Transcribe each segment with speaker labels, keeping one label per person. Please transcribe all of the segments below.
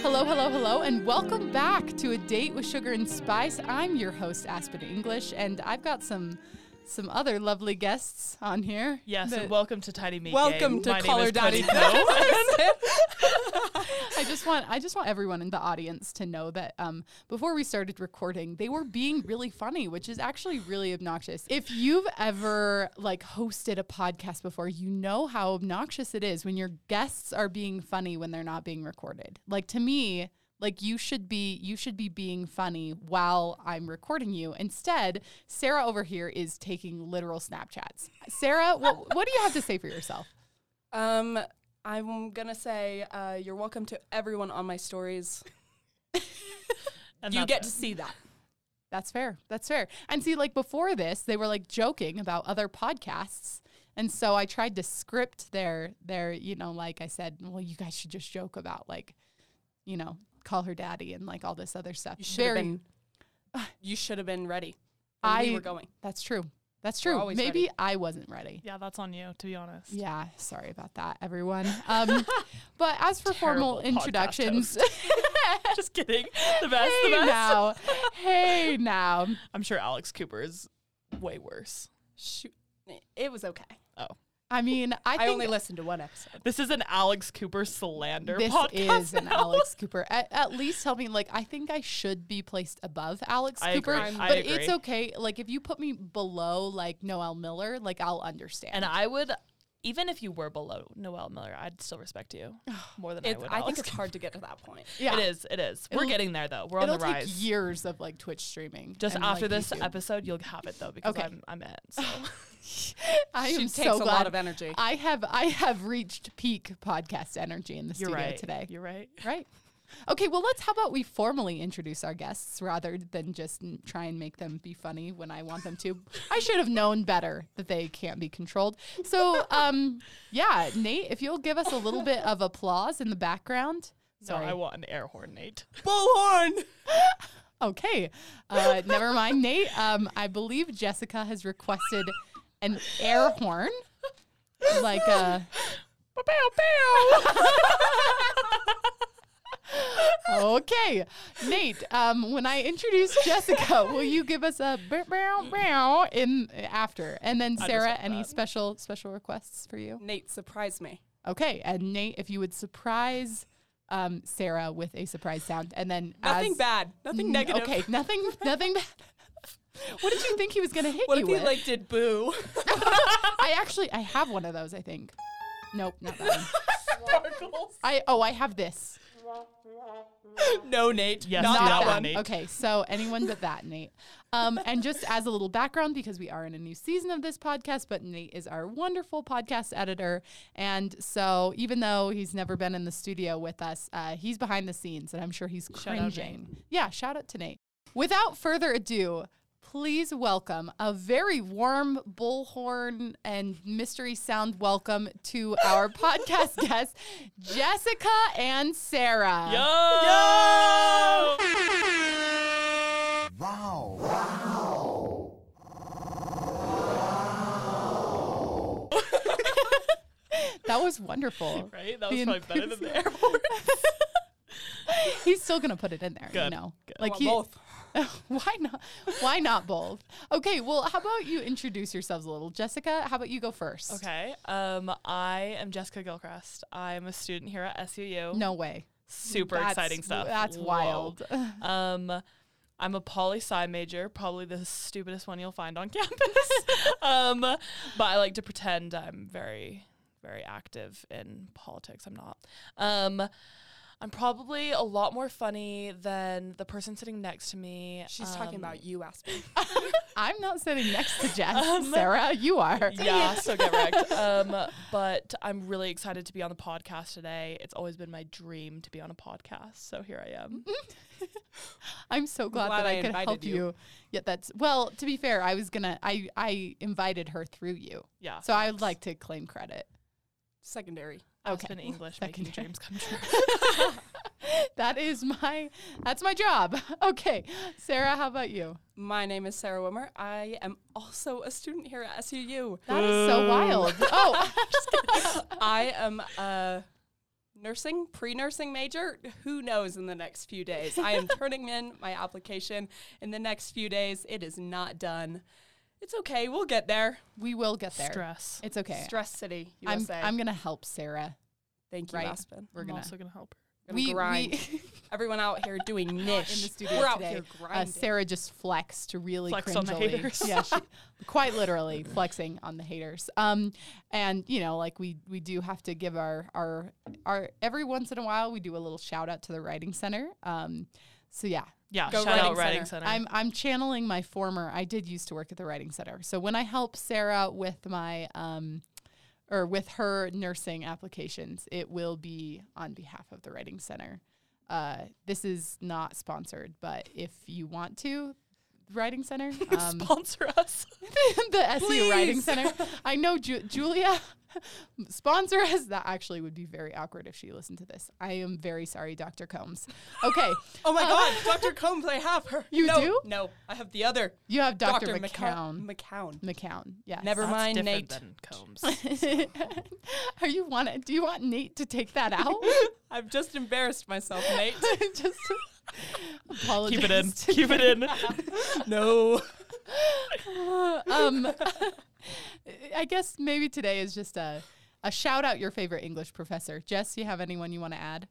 Speaker 1: Hello, hello, hello, and welcome back to a date with Sugar and Spice. I'm your host, Aspen English, and I've got some some other lovely guests on here.
Speaker 2: Yes,
Speaker 1: that-
Speaker 2: and welcome to Tiny Me.
Speaker 3: Welcome
Speaker 2: Gang.
Speaker 3: to
Speaker 2: My name
Speaker 3: Color
Speaker 2: is
Speaker 3: Daddy
Speaker 2: Cody Doe.
Speaker 1: I just want I just want everyone in the audience to know that um, before we started recording, they were being really funny, which is actually really obnoxious. If you've ever like hosted a podcast before, you know how obnoxious it is when your guests are being funny when they're not being recorded. Like to me, like you should be you should be being funny while I'm recording you. Instead, Sarah over here is taking literal Snapchats. Sarah, what, what do you have to say for yourself?
Speaker 3: Um, I'm gonna say uh, you're welcome to everyone on my stories.
Speaker 2: And
Speaker 3: you
Speaker 2: that's
Speaker 3: get
Speaker 2: it.
Speaker 3: to see that.
Speaker 1: That's fair. That's fair. And see, like before this, they were like joking about other podcasts. And so I tried to script their their, you know, like I said, well, you guys should just joke about like, you know, call her daddy and like all this other stuff.
Speaker 3: You should have been. You should have been ready. when
Speaker 1: I
Speaker 3: we were going.
Speaker 1: That's true. That's
Speaker 3: We're
Speaker 1: true.
Speaker 3: always
Speaker 1: Maybe
Speaker 3: ready.
Speaker 1: I wasn't ready.
Speaker 2: Yeah, that's on you, to be honest.
Speaker 1: Yeah, sorry about that, everyone. Um, but as for
Speaker 2: Terrible
Speaker 1: formal
Speaker 2: podcast
Speaker 1: introductions,
Speaker 2: Just kidding. The best,
Speaker 1: hey
Speaker 2: the best.
Speaker 1: now, hey now.
Speaker 2: I'm sure Alex Cooper is way worse.
Speaker 3: Shoot, it was okay.
Speaker 2: Oh.
Speaker 1: I mean, I,
Speaker 3: I,
Speaker 1: think
Speaker 3: only listened to one episode.
Speaker 2: This is an Alex Cooper slander
Speaker 1: this
Speaker 2: podcast.
Speaker 1: is an
Speaker 2: now.
Speaker 1: Alex Cooper. At, at least tell me, like, I think I should be placed above Alex
Speaker 2: I
Speaker 1: Cooper,
Speaker 2: agree. I
Speaker 1: but
Speaker 2: agree.
Speaker 1: it's okay. Like, if you put me below, like Noel Miller, like I'll understand.
Speaker 2: And uh, I would, even if you were below Noel Miller, I'd still respect you
Speaker 1: Oh,
Speaker 2: more than I
Speaker 3: It's,
Speaker 2: would.
Speaker 3: I think
Speaker 2: Alex
Speaker 3: it's hard to get to that point.
Speaker 1: yeah,
Speaker 2: It is. It is. We're
Speaker 1: It'll-
Speaker 2: getting there though. We're on
Speaker 1: It'll
Speaker 2: the
Speaker 1: take
Speaker 2: rise.
Speaker 1: years of like Twitch streaming.
Speaker 2: Just
Speaker 1: and,
Speaker 2: after
Speaker 1: like,
Speaker 2: this
Speaker 1: YouTube.
Speaker 2: episode, you'll have it though because
Speaker 1: Okay.
Speaker 2: I'm I'm at. So.
Speaker 1: I
Speaker 3: She
Speaker 1: am
Speaker 3: takes
Speaker 1: so
Speaker 3: a
Speaker 1: glad.
Speaker 3: lot of energy.
Speaker 1: I have I have reached peak podcast energy in the
Speaker 2: You're
Speaker 1: studio
Speaker 2: right
Speaker 1: today.
Speaker 2: You're right.
Speaker 1: right. Okay, well, let's. How about we formally introduce our guests rather than just n- try and make them be funny when I want them to? I should have known better that they can't be controlled. So, um, yeah, Nate, if you'll give us a little bit of applause in the background.
Speaker 2: So
Speaker 1: Sorry.
Speaker 2: I want an air horn, Nate.
Speaker 3: Bullhorn.
Speaker 1: okay, uh, never mind, Nate. Um, I believe Jessica has requested an air horn, like a. Okay, Nate. Um, when I introduce Jessica, will you give us a bow, bow, bow in after, and then
Speaker 2: just
Speaker 1: Sarah,
Speaker 2: like
Speaker 1: any
Speaker 2: that.
Speaker 1: special special requests for you?
Speaker 3: Nate surprised me.
Speaker 1: Okay, and Nate, if you would surprise um, Sarah with a surprise sound, and then
Speaker 3: Nothing
Speaker 1: as,
Speaker 3: bad. Nothing
Speaker 1: Mm,
Speaker 3: negative.
Speaker 1: Okay, nothing, nothing bad. What did you think he was gonna hit
Speaker 3: What
Speaker 1: you
Speaker 3: if he
Speaker 1: with?
Speaker 3: like did boo?
Speaker 1: I actually, I have one of those. I think. Nope, not that one. I oh, I have this.
Speaker 3: no, Nate.
Speaker 2: Yes,
Speaker 3: not
Speaker 2: do
Speaker 3: that
Speaker 2: that one,
Speaker 3: one.
Speaker 2: Nate.
Speaker 1: Okay, so anyone but that, Nate. Um, and just as a little background, because we are in a new season of this podcast, but Nate is our wonderful podcast editor. And so even though he's never been in the studio with us, uh, he's behind the scenes, and I'm sure he's
Speaker 2: Shout out, Nate.
Speaker 1: cringing. yeah, shout out to Nate. Without further ado, please welcome a very warm bullhorn and mystery sound welcome to our podcast guests, Jessica and Sarah.
Speaker 2: Yo!
Speaker 4: Wow.
Speaker 1: That was wonderful.
Speaker 2: Right? That was
Speaker 1: The
Speaker 2: probably better than the air
Speaker 1: enthusiasm.
Speaker 2: horn.
Speaker 1: He's still gonna put it in there, you
Speaker 2: Good,
Speaker 1: know.
Speaker 2: good.
Speaker 1: Like
Speaker 3: Well,
Speaker 1: he,
Speaker 3: both.
Speaker 1: why not? Why not both? Okay, well, how about you introduce yourselves a little, Jessica? How about you go first?
Speaker 2: Okay. Um, I am Jessica Gilchrist. I'm a student here at SUU.
Speaker 1: No way.
Speaker 2: Super
Speaker 1: That's-
Speaker 2: exciting stuff.
Speaker 1: That's
Speaker 2: Whoa.
Speaker 1: wild.
Speaker 2: Um, I'm a poli sci major, probably the stupidest one you'll find on campus. um, but I like to pretend I'm very, very active in politics. I'm not. Um, I'm probably a lot more funny than the person sitting next to me.
Speaker 3: She's talking
Speaker 2: Um,
Speaker 3: about you, Aspen.
Speaker 1: I'm not sitting next to Jess.
Speaker 2: Um,
Speaker 1: Sarah, you are.
Speaker 2: yeah, so get wrecked. Um, but I'm really excited to be on the podcast today. It's always been my dream to be on a podcast, so here I
Speaker 1: Mm-hmm.
Speaker 2: am.
Speaker 1: I'm so glad,
Speaker 3: glad
Speaker 1: that I,
Speaker 3: I
Speaker 1: could
Speaker 3: invited
Speaker 1: help you.
Speaker 3: you.
Speaker 1: Yeah, that's well, to be fair, I was gonna I I invited her through you.
Speaker 2: Yeah,
Speaker 1: So I would like to claim credit.
Speaker 3: Secondary.
Speaker 2: I've
Speaker 1: okay.
Speaker 2: been English
Speaker 1: That
Speaker 2: making
Speaker 1: can-
Speaker 2: dreams come true.
Speaker 1: That is my that's my job. Okay. Sarah, how about you?
Speaker 3: My name is Sarah Wimmer. I am also a student here at SUU.
Speaker 1: That is so
Speaker 2: Boo.
Speaker 1: wild. Oh,
Speaker 3: I am a nursing, pre nursing major. Who knows in the next few days? I am turning in my application in the next few days. It is not done. It's okay. We'll get there.
Speaker 1: We will get there.
Speaker 2: Stress.
Speaker 1: It's okay.
Speaker 3: Stress City,
Speaker 1: I'm,
Speaker 3: USA.
Speaker 1: I'm gonna help Sarah.
Speaker 3: Thank you,
Speaker 1: right.
Speaker 3: Aspen.
Speaker 1: We're
Speaker 2: I'm
Speaker 1: gonna
Speaker 2: also gonna help her.
Speaker 3: Gonna grind. Everyone out here doing niche.
Speaker 1: studio
Speaker 3: We're
Speaker 1: today,
Speaker 3: out here
Speaker 1: uh,
Speaker 3: grinding.
Speaker 1: Sarah just flexed to really
Speaker 2: Flexed on the
Speaker 1: cringily.
Speaker 2: haters.
Speaker 1: Yeah, she, quite literally flexing on the haters. Um, and you know, like we we do have to give our our our every once in a while we do a little shout out to the writing center. Um, so yeah,
Speaker 2: Yeah,
Speaker 3: Go
Speaker 2: shout out
Speaker 3: Writing
Speaker 2: Writing Center.
Speaker 3: Center.
Speaker 1: I'm I'm channeling my former. I did used to work at the writing center. So when I help Sarah with my um or with her nursing applications, it will be on behalf of the writing center. Uh, this is not sponsored, but if you want to, writing center, um,
Speaker 2: Sponsor us.
Speaker 1: the SU Writing
Speaker 2: Please.
Speaker 1: Center. I know Ju- Julia sponsor us. That actually would be very awkward if she listened to this. I am very sorry, Dr. Combs. Okay,
Speaker 3: oh my God, Dr. Combs, I have her.
Speaker 1: Uh, You
Speaker 3: no,
Speaker 1: do?
Speaker 3: No, I have the other.
Speaker 1: you have Dr.
Speaker 3: Dr.
Speaker 1: McCown.
Speaker 3: McCown. McCown.
Speaker 1: McCown. Yes.
Speaker 3: Never
Speaker 2: That's
Speaker 3: mind,
Speaker 2: different
Speaker 3: Nate.
Speaker 2: than Combs.
Speaker 1: Are you want it? Do you want Nate to take that out?
Speaker 3: I've just embarrassed myself, Nate.
Speaker 1: Just apologize.
Speaker 2: Keep it in. Keep it in.
Speaker 3: no.
Speaker 1: Um, I guess maybe today is just a a shout out your favorite English professor. Jess, you have anyone you want to add?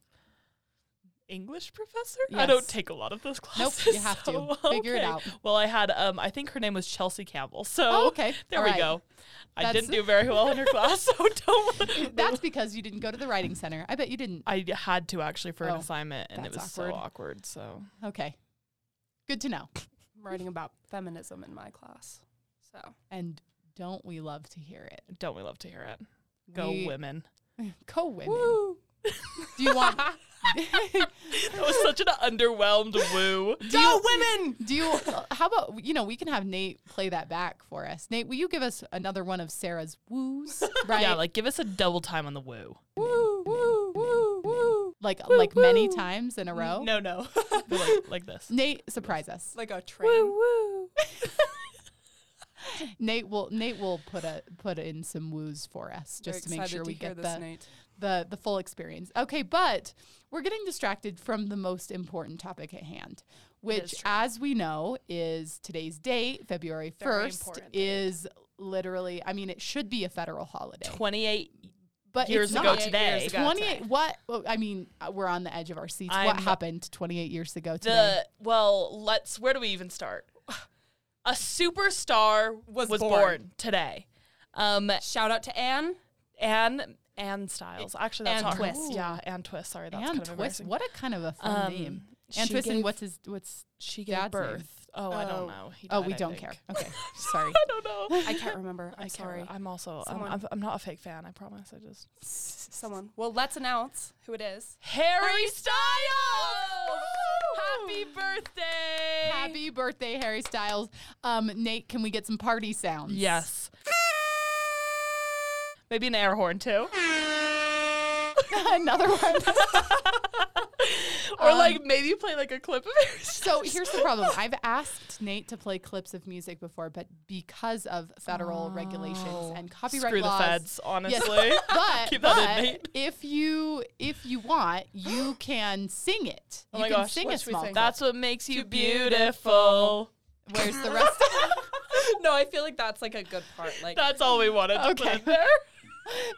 Speaker 2: English professor? I
Speaker 1: Yes.
Speaker 2: don't take a lot of those
Speaker 1: Nope,
Speaker 2: classes.
Speaker 1: you have to.
Speaker 2: so,
Speaker 1: Figure it
Speaker 2: okay.
Speaker 1: out.
Speaker 2: Well, I had um I think her name was Chelsea Campbell. So
Speaker 1: Oh, okay.
Speaker 2: there
Speaker 1: All
Speaker 2: we
Speaker 1: right.
Speaker 2: go. I
Speaker 1: That's-
Speaker 2: didn't do very well in her class, so don't
Speaker 1: That's because you didn't go to the writing center. I bet you didn't.
Speaker 2: I had to actually for
Speaker 1: Oh,
Speaker 2: an assignment and it was
Speaker 1: that's
Speaker 2: so
Speaker 1: awkward.
Speaker 2: awkward. So
Speaker 1: Okay. Good to know.
Speaker 3: I'm writing about feminism in my class. So
Speaker 1: And don't we love to hear it?
Speaker 2: don't we love to hear it? Go
Speaker 1: We-
Speaker 2: women.
Speaker 1: Go women.
Speaker 3: woo.
Speaker 1: Do you want
Speaker 2: That was such an underwhelmed woo.
Speaker 1: do
Speaker 3: Go
Speaker 1: you,
Speaker 3: women!
Speaker 1: Do you? How about you know we can have Nate play that back for us. Nate, will you give us another one of Sarah's woos? Right?
Speaker 2: Yeah, like give us a double time on the woo.
Speaker 3: Woo, woo, woo, woo.
Speaker 1: like like many
Speaker 3: woo.
Speaker 1: times in a row.
Speaker 3: No, no.
Speaker 2: Go like, like this.
Speaker 1: Nate, surprise us.
Speaker 3: like a train.
Speaker 2: woo.
Speaker 1: Nate will Nate will put a put in some woos for us
Speaker 3: Very
Speaker 1: just to make
Speaker 3: excited
Speaker 1: sure we
Speaker 3: hear
Speaker 1: get
Speaker 3: this,
Speaker 1: the,
Speaker 3: Nate.
Speaker 1: the the full experience. Okay, but we're getting distracted from the most important topic at hand, which
Speaker 2: is true.
Speaker 1: as we know is today's date, February
Speaker 2: Very
Speaker 1: 1st
Speaker 2: important date.
Speaker 1: is literally I mean it should be a federal holiday.
Speaker 2: Twenty eight
Speaker 1: But
Speaker 2: years
Speaker 1: it's
Speaker 2: ago
Speaker 1: not.
Speaker 2: today.
Speaker 3: ago.
Speaker 1: 28 what well, i mean uh, we're on the edge of our seats what
Speaker 2: I'm-
Speaker 1: happened 28 years ago today
Speaker 2: The well, let's. Where do we even start? A superstar was,
Speaker 3: Was
Speaker 2: born.
Speaker 3: born.
Speaker 2: today. Um,
Speaker 3: Shout out to Anne.
Speaker 2: Anne Anne Styles. Actually, that's
Speaker 3: Anne
Speaker 2: her-
Speaker 3: Twist.
Speaker 2: Ooh. Yeah, Anne Twist. Sorry, that's
Speaker 1: and
Speaker 2: kind of
Speaker 1: twist
Speaker 2: embarrassing.
Speaker 1: what a kind of a fun
Speaker 2: Um,
Speaker 1: name
Speaker 2: she
Speaker 1: and twist and
Speaker 2: gave-
Speaker 1: what's his what's
Speaker 2: She gave
Speaker 1: dad's name?
Speaker 2: birth. Oh, I
Speaker 3: Oh.
Speaker 2: don't know. He
Speaker 1: oh
Speaker 2: died,
Speaker 1: we
Speaker 2: I
Speaker 1: don't
Speaker 2: think.
Speaker 1: care okay sorry
Speaker 2: I don't know.
Speaker 3: I can't remember. I'm
Speaker 2: I
Speaker 3: sorry.
Speaker 2: Can't, I'm also. I'm,
Speaker 3: Someone-
Speaker 2: I'm, I'm not a fake fan. I promise. I just.
Speaker 3: Someone. Well, let's announce who it is.
Speaker 2: Harry Styles. Happy birthday.
Speaker 1: happy birthday harry styles um nate can we get some party sounds
Speaker 2: Yes. Maybe an air horn too.
Speaker 1: another one
Speaker 2: Or
Speaker 1: Um,
Speaker 2: like maybe play like a clip of it.
Speaker 1: so here's the problem i've asked nate to play clips of music before but because of federal regulations and copyright
Speaker 2: Oh, Screw
Speaker 1: laws
Speaker 2: the feds, honestly. Oh
Speaker 1: but,
Speaker 2: Keep that in
Speaker 1: but
Speaker 2: Nate.
Speaker 1: if you if you want, you can sing it.
Speaker 2: Oh
Speaker 1: you
Speaker 2: my
Speaker 1: can
Speaker 2: gosh,
Speaker 1: sing
Speaker 3: what
Speaker 1: a
Speaker 3: should we
Speaker 1: small.
Speaker 3: sing?
Speaker 1: clip.
Speaker 2: That's what makes you
Speaker 3: Too
Speaker 2: beautiful.
Speaker 1: Where's the rest?
Speaker 3: no, I feel like that's like a good part. Like,
Speaker 2: That's all we wanted to put
Speaker 1: Okay.
Speaker 2: in there.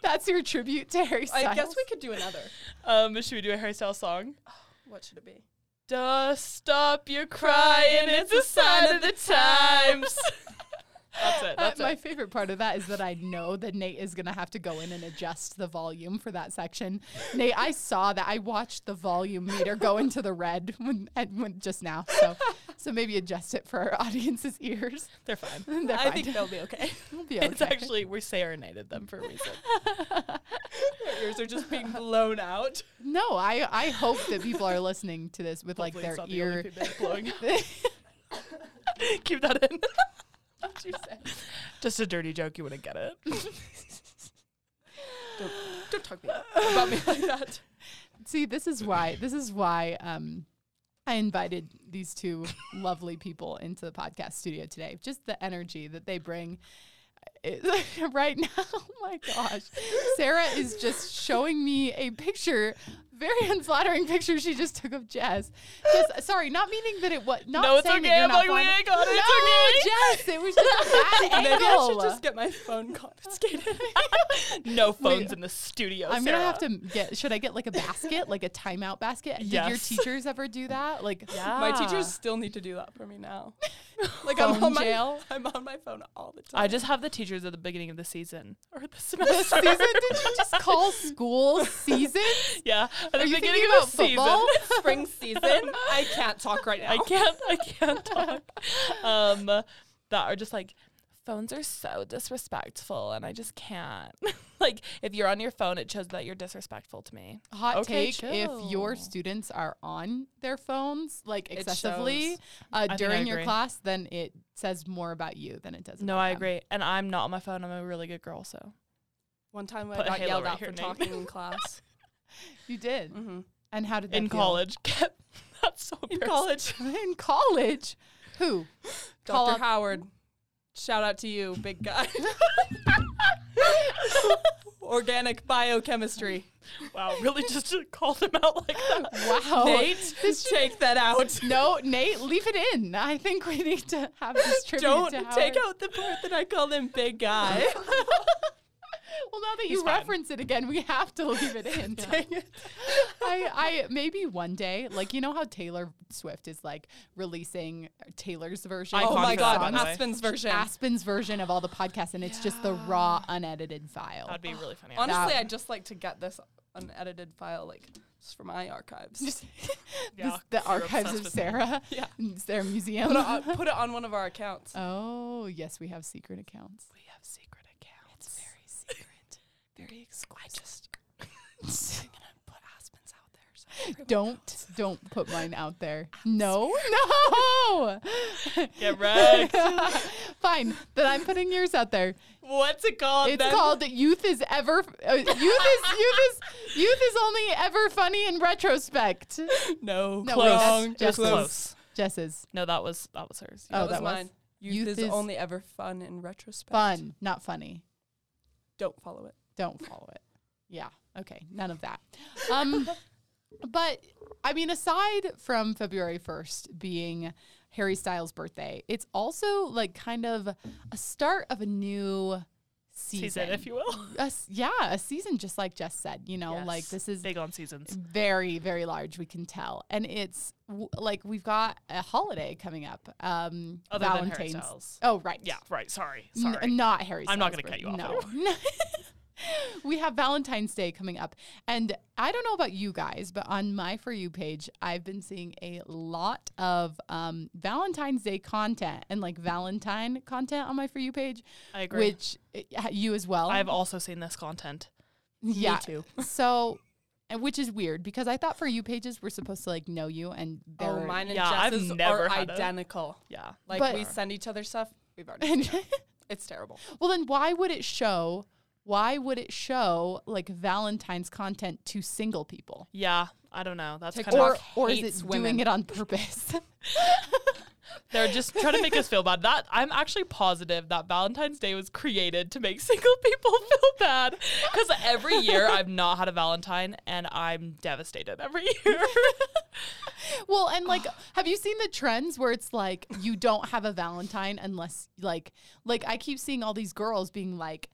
Speaker 1: That's your tribute to Harry Styles.
Speaker 3: I guess we could do another.
Speaker 2: Um, should we do a Harry Styles song?
Speaker 3: What should it be?
Speaker 2: Duh, stop your crying. It's a sign of the times. that's it.
Speaker 1: Uh,
Speaker 2: That's
Speaker 1: my
Speaker 2: it.
Speaker 1: favorite part of that is that I know that Nate is going to have to go in and adjust the volume for that section. Nate, I saw that. I watched the volume meter go into the red when, at- when just now. So, so maybe adjust it for our audience's ears.
Speaker 2: They're fine.
Speaker 1: They're
Speaker 3: I
Speaker 1: fine.
Speaker 3: think they'll be okay.
Speaker 1: It'll be
Speaker 2: It's
Speaker 1: okay.
Speaker 2: actually we serenaded them for a reason.
Speaker 3: Their ears are just being blown out.
Speaker 1: No, I I hope that people are listening to this with like
Speaker 2: Hopefully
Speaker 1: their
Speaker 2: it's not the only
Speaker 1: ear.
Speaker 2: people blowing out. Keep that in. Just a dirty joke. You wouldn't get it.
Speaker 3: Don't talk to me about me like that.
Speaker 1: See, this is why this is why um I invited these two lovely people into the podcast studio today. Just the energy that they bring is- right now, oh my gosh, Sarah is just showing me a picture, very unflattering picture she just took of Jess. Jess sorry, not meaning that it was not
Speaker 2: no, it's
Speaker 1: saying
Speaker 2: okay.
Speaker 1: That you're
Speaker 2: I'm
Speaker 1: not
Speaker 2: like, we
Speaker 1: flattering.
Speaker 2: ain't got it.
Speaker 1: Oh,
Speaker 2: It's okay.
Speaker 1: Jess, it was just a bad
Speaker 3: Maybe I should
Speaker 1: angle.
Speaker 3: just get my phone confiscated.
Speaker 2: No phones in the studio.
Speaker 1: I'm
Speaker 2: Sarah.
Speaker 1: gonna have to get. Should I get like a basket, like a timeout basket? Did your
Speaker 2: Yes.
Speaker 1: teachers ever do that? Like,
Speaker 2: Yeah.
Speaker 3: My teachers still need to do that for me now. Like I'm
Speaker 1: Ah. Phone
Speaker 3: on my
Speaker 1: jail?
Speaker 3: I'm on my phone all the time.
Speaker 2: I just have the teachers at the beginning of the season or the
Speaker 1: this
Speaker 2: semester.
Speaker 1: season? Did you just call school season?
Speaker 2: yeah, at the
Speaker 1: Are you
Speaker 2: beginning
Speaker 1: thinking
Speaker 2: of
Speaker 1: about
Speaker 2: the season.
Speaker 1: football?
Speaker 3: spring season. I can't talk right now.
Speaker 2: I can't. I can't talk. Um, that are just like phones are so disrespectful, and I just can't. like if you're on your phone, it shows that you're disrespectful to me.
Speaker 1: Hot
Speaker 2: Okay,
Speaker 1: take: If your
Speaker 2: chill.
Speaker 1: students are on their phones like
Speaker 3: It
Speaker 1: excessively
Speaker 3: shows.
Speaker 1: uh,
Speaker 2: think I
Speaker 1: during your
Speaker 2: agree.
Speaker 1: class, then it says more about you than it does.
Speaker 2: No,
Speaker 1: about
Speaker 2: I
Speaker 1: them.
Speaker 2: agree, and I'm not on my phone. I'm a really good girl, so
Speaker 3: One time I
Speaker 2: Put a
Speaker 3: got
Speaker 2: halo
Speaker 3: yelled
Speaker 2: right
Speaker 3: out
Speaker 2: here,
Speaker 3: for
Speaker 2: Nate.
Speaker 3: talking in class.
Speaker 1: You did,
Speaker 3: Mm-hmm.
Speaker 1: and how did that
Speaker 2: in
Speaker 1: feel?
Speaker 2: college, that's so
Speaker 3: In
Speaker 2: embarrassing.
Speaker 3: college,
Speaker 1: in college, who? Call
Speaker 3: Dr.
Speaker 1: up-
Speaker 3: Howard, shout out to you, big guy. Organic biochemistry.
Speaker 2: Wow, really, just to call them out like that.
Speaker 1: Wow,
Speaker 3: Nate, take that out.
Speaker 1: No, Nate, leave it in. I think we need to have this tribute
Speaker 3: Don't
Speaker 1: to Howard.
Speaker 3: take out the part that I called him big guy.
Speaker 1: Well, now that
Speaker 2: He's
Speaker 1: you
Speaker 2: fine.
Speaker 1: reference it again, we have to leave it in. Dang it. I, I maybe one day, like you know how Taylor Swift is like releasing Taylor's version.
Speaker 2: I
Speaker 1: of
Speaker 3: oh my
Speaker 2: Iconic
Speaker 1: all the
Speaker 3: god,
Speaker 2: by the way.
Speaker 1: songs.
Speaker 3: Aspen's version.
Speaker 1: Aspen's version of all the podcasts, and it's just the raw, unedited file.
Speaker 2: That'd be really funny. actually.
Speaker 3: Honestly,
Speaker 1: That-
Speaker 3: I'd just like to get this unedited file, like just for my archives.
Speaker 1: Just
Speaker 2: Yeah,
Speaker 1: this- the
Speaker 2: you're
Speaker 1: archives
Speaker 2: obsessed
Speaker 1: of
Speaker 2: with that.
Speaker 1: Sarah.
Speaker 3: Yeah. uh,
Speaker 1: It's their museum.
Speaker 3: put, it on, put it on one of our accounts.
Speaker 1: oh yes, we have secret accounts.
Speaker 2: we have secret accounts.
Speaker 3: It's very secret, very exclusive. I just, I'm gonna put Aspen's out there. So everyone knows.
Speaker 1: Don't don't put mine out there. No, no.
Speaker 2: Get wrecked.
Speaker 1: Fine, then I'm putting yours out there.
Speaker 2: What's it called?
Speaker 1: It's
Speaker 2: then?
Speaker 1: called "Youth is ever uh, youth is youth is youth is only ever funny in retrospect."
Speaker 3: No,
Speaker 1: No, wait, that's
Speaker 3: wrong.
Speaker 1: just
Speaker 2: Just
Speaker 1: close.
Speaker 2: close.
Speaker 1: Jess's
Speaker 2: No, that was that was hers.
Speaker 1: Oh,
Speaker 3: That was
Speaker 1: that was-
Speaker 3: mine. Youth,
Speaker 1: Youth
Speaker 3: is,
Speaker 1: is-
Speaker 3: only ever fun in retrospect.
Speaker 1: fun, not funny.
Speaker 3: Don't follow it.
Speaker 1: Don't follow it. Yeah. Okay. None of that. Um, but I mean, aside from February first being Harry Styles' birthday, it's also like kind of a start of a new season.
Speaker 2: season, if you will.
Speaker 1: a s- yeah, a season just like Jess said. You know, like this is
Speaker 2: big on seasons.
Speaker 1: very very large we can tell and it's w- like we've got a holiday coming up um
Speaker 2: Other than Harry
Speaker 1: valentine's
Speaker 2: Styles.
Speaker 1: oh right
Speaker 2: Yeah, right. Sorry,
Speaker 1: N-
Speaker 2: sorry.
Speaker 1: not harry
Speaker 2: I'm not
Speaker 1: Styles,
Speaker 2: gonna cut you
Speaker 1: but
Speaker 2: off
Speaker 1: no we have valentine's day coming up and i don't know about you guys but on my for you page i've been seeing a lot of um valentine's day content and like valentine content on my for you page
Speaker 2: I agree.
Speaker 1: which uh, you as well
Speaker 2: I've also seen this content.
Speaker 1: yeah.
Speaker 3: too.
Speaker 1: So, and which is weird because I thought for you pages were supposed to like know you and they're
Speaker 3: Oh, mine and
Speaker 2: Yeah, I've
Speaker 3: Jess's
Speaker 2: never
Speaker 3: are
Speaker 2: had a-
Speaker 3: identical.
Speaker 2: Yeah,
Speaker 3: Like
Speaker 1: But-
Speaker 3: we send each other stuff. We've already.
Speaker 1: And-
Speaker 3: It's terrible.
Speaker 1: well, then why would it show? Why would it show like Valentine's content to single people?
Speaker 2: yeah. I don't know. That's kind
Speaker 3: TikTok
Speaker 1: Or
Speaker 2: of
Speaker 1: or is
Speaker 3: hates
Speaker 1: it doing
Speaker 3: women.
Speaker 1: it on purpose?
Speaker 2: they're just trying to make us feel bad. That I'm actually positive that Valentine's Day was created to make single people feel bad because every year I've not had a Valentine and I'm devastated every year.
Speaker 1: well, and like, have you seen the trends where it's like you don't have a Valentine unless like like I keep seeing all these girls being like.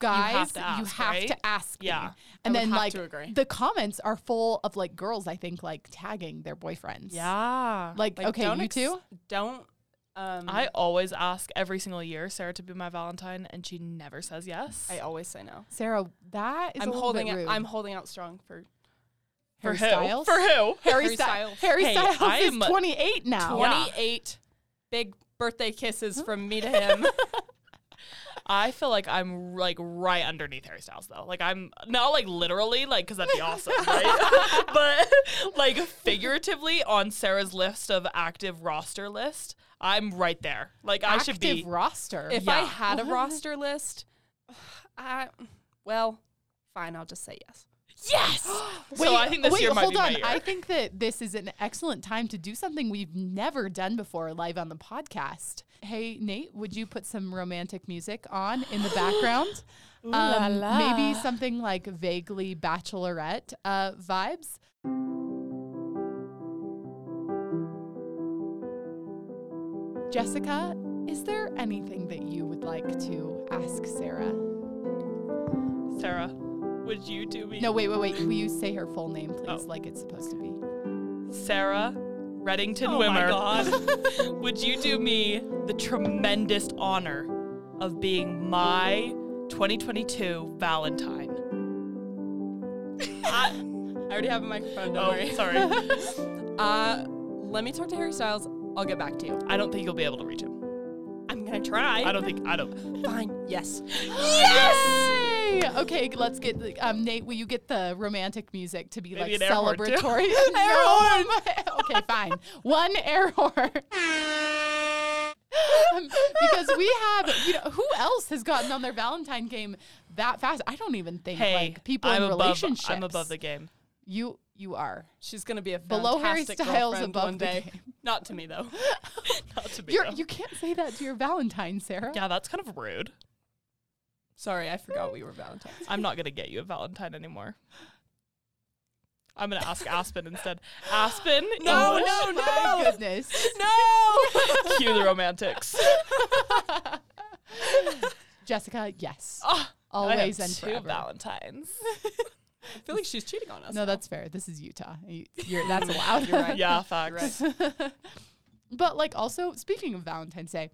Speaker 1: Guys,
Speaker 2: to
Speaker 1: you have to
Speaker 2: ask,
Speaker 1: ask.
Speaker 2: right?"
Speaker 1: me."
Speaker 2: Yeah.
Speaker 1: and
Speaker 3: I would
Speaker 1: then
Speaker 3: have
Speaker 1: like
Speaker 3: to agree.
Speaker 1: the comments are full of like girls. I think like tagging their boyfriends.
Speaker 2: yeah.
Speaker 1: Like,
Speaker 3: Like,
Speaker 1: okay,
Speaker 3: don't
Speaker 1: you
Speaker 3: ex-
Speaker 1: two.
Speaker 3: Don't. Um,
Speaker 2: I always ask every single year Sarah to be my Valentine, and she never says yes.
Speaker 3: I always say no.
Speaker 1: Sarah, that is
Speaker 3: I'm
Speaker 1: a little
Speaker 3: holding
Speaker 1: bit
Speaker 3: out,
Speaker 1: rude.
Speaker 3: I'm holding out strong for
Speaker 2: For
Speaker 1: Harry
Speaker 2: who?
Speaker 1: Styles.
Speaker 2: For who?
Speaker 1: Harry,
Speaker 3: Harry
Speaker 1: Sty-
Speaker 3: Styles.
Speaker 1: Harry
Speaker 2: Hey,
Speaker 1: Styles
Speaker 2: I'm-
Speaker 1: is 28 now.
Speaker 2: Yeah.
Speaker 3: 28 big birthday kisses from me to him.
Speaker 2: I feel like I'm like right underneath Harry Styles though. Like I'm not like literally, like because that'd be awesome, right? but like figuratively on Sarah's list of active roster list, I'm right there. Like I should be.
Speaker 1: Active roster.
Speaker 3: if
Speaker 2: Yeah.
Speaker 3: I had a roster list, I well, fine, I'll just say yes.
Speaker 2: yes. so I think this
Speaker 1: wait,
Speaker 2: year might
Speaker 1: hold
Speaker 2: be
Speaker 1: on.
Speaker 2: my year.
Speaker 1: I think that this is an excellent time to do something we've never done before live on the podcast. hey, Nate, would you put some romantic music on in the background? Um,
Speaker 2: Ooh la la.
Speaker 1: Maybe something like vaguely bachelorette uh, vibes. Jessica, is there anything that you would like to ask Sarah?
Speaker 2: Sarah, would you do me?
Speaker 1: No, wait, wait, wait. Will you say her full name, please,
Speaker 2: Oh.
Speaker 1: like it's supposed to be?
Speaker 2: Sarah Reddington
Speaker 3: Oh my
Speaker 2: Wimmer. would you do me the tremendous honor of being my 2022 Valentine?
Speaker 3: I, I already have a microphone. Don't
Speaker 2: oh,
Speaker 3: worry.
Speaker 2: sorry.
Speaker 3: Uh, let me talk to Harry Styles. I'll get back to you.
Speaker 2: I don't think you'll be able to reach him.
Speaker 3: I'm gonna try.
Speaker 2: I don't think I don't.
Speaker 3: Fine. Yes.
Speaker 1: Yes! Okay, let's get the- um, Nate. Will you get the romantic music to be
Speaker 2: Maybe
Speaker 1: like
Speaker 2: an air horn, too.
Speaker 1: celebratory? air horn. okay, fine. One air horn. Um, because we have, you know, who else has gotten on their Valentine game that fast? I don't even think
Speaker 2: Hey,
Speaker 1: like people in
Speaker 2: I'm above,
Speaker 1: relationships.
Speaker 2: I'm above the game.
Speaker 1: You you are.
Speaker 3: She's gonna be a
Speaker 1: Below Harry
Speaker 3: fantastic
Speaker 1: Styles,
Speaker 3: girlfriend
Speaker 1: above
Speaker 3: one
Speaker 1: the
Speaker 3: day.
Speaker 1: game.
Speaker 3: Not to me though.
Speaker 2: Not to be
Speaker 1: You're,
Speaker 2: though.
Speaker 1: you can't say that to your Valentine, Sarah.
Speaker 2: yeah, that's kind of rude.
Speaker 3: Sorry, I forgot we were Valentine's.
Speaker 2: I'm not gonna get you a Valentine anymore. I'm gonna ask Aspen instead. Aspen,
Speaker 3: No,
Speaker 2: English?
Speaker 3: no,
Speaker 1: My
Speaker 3: no.
Speaker 1: goodness.
Speaker 3: No.
Speaker 2: Cue the romantics.
Speaker 1: Jessica, yes.
Speaker 2: Ah, now I have
Speaker 1: Always and
Speaker 2: two
Speaker 1: forever.
Speaker 2: Valentines.
Speaker 3: I feel like she's cheating on us.
Speaker 1: No,
Speaker 3: now.
Speaker 1: that's fair. This is Utah. You- You're, that's allowed.
Speaker 3: You're right.
Speaker 2: Yeah, facts.
Speaker 1: But like also speaking of Valentine's Day,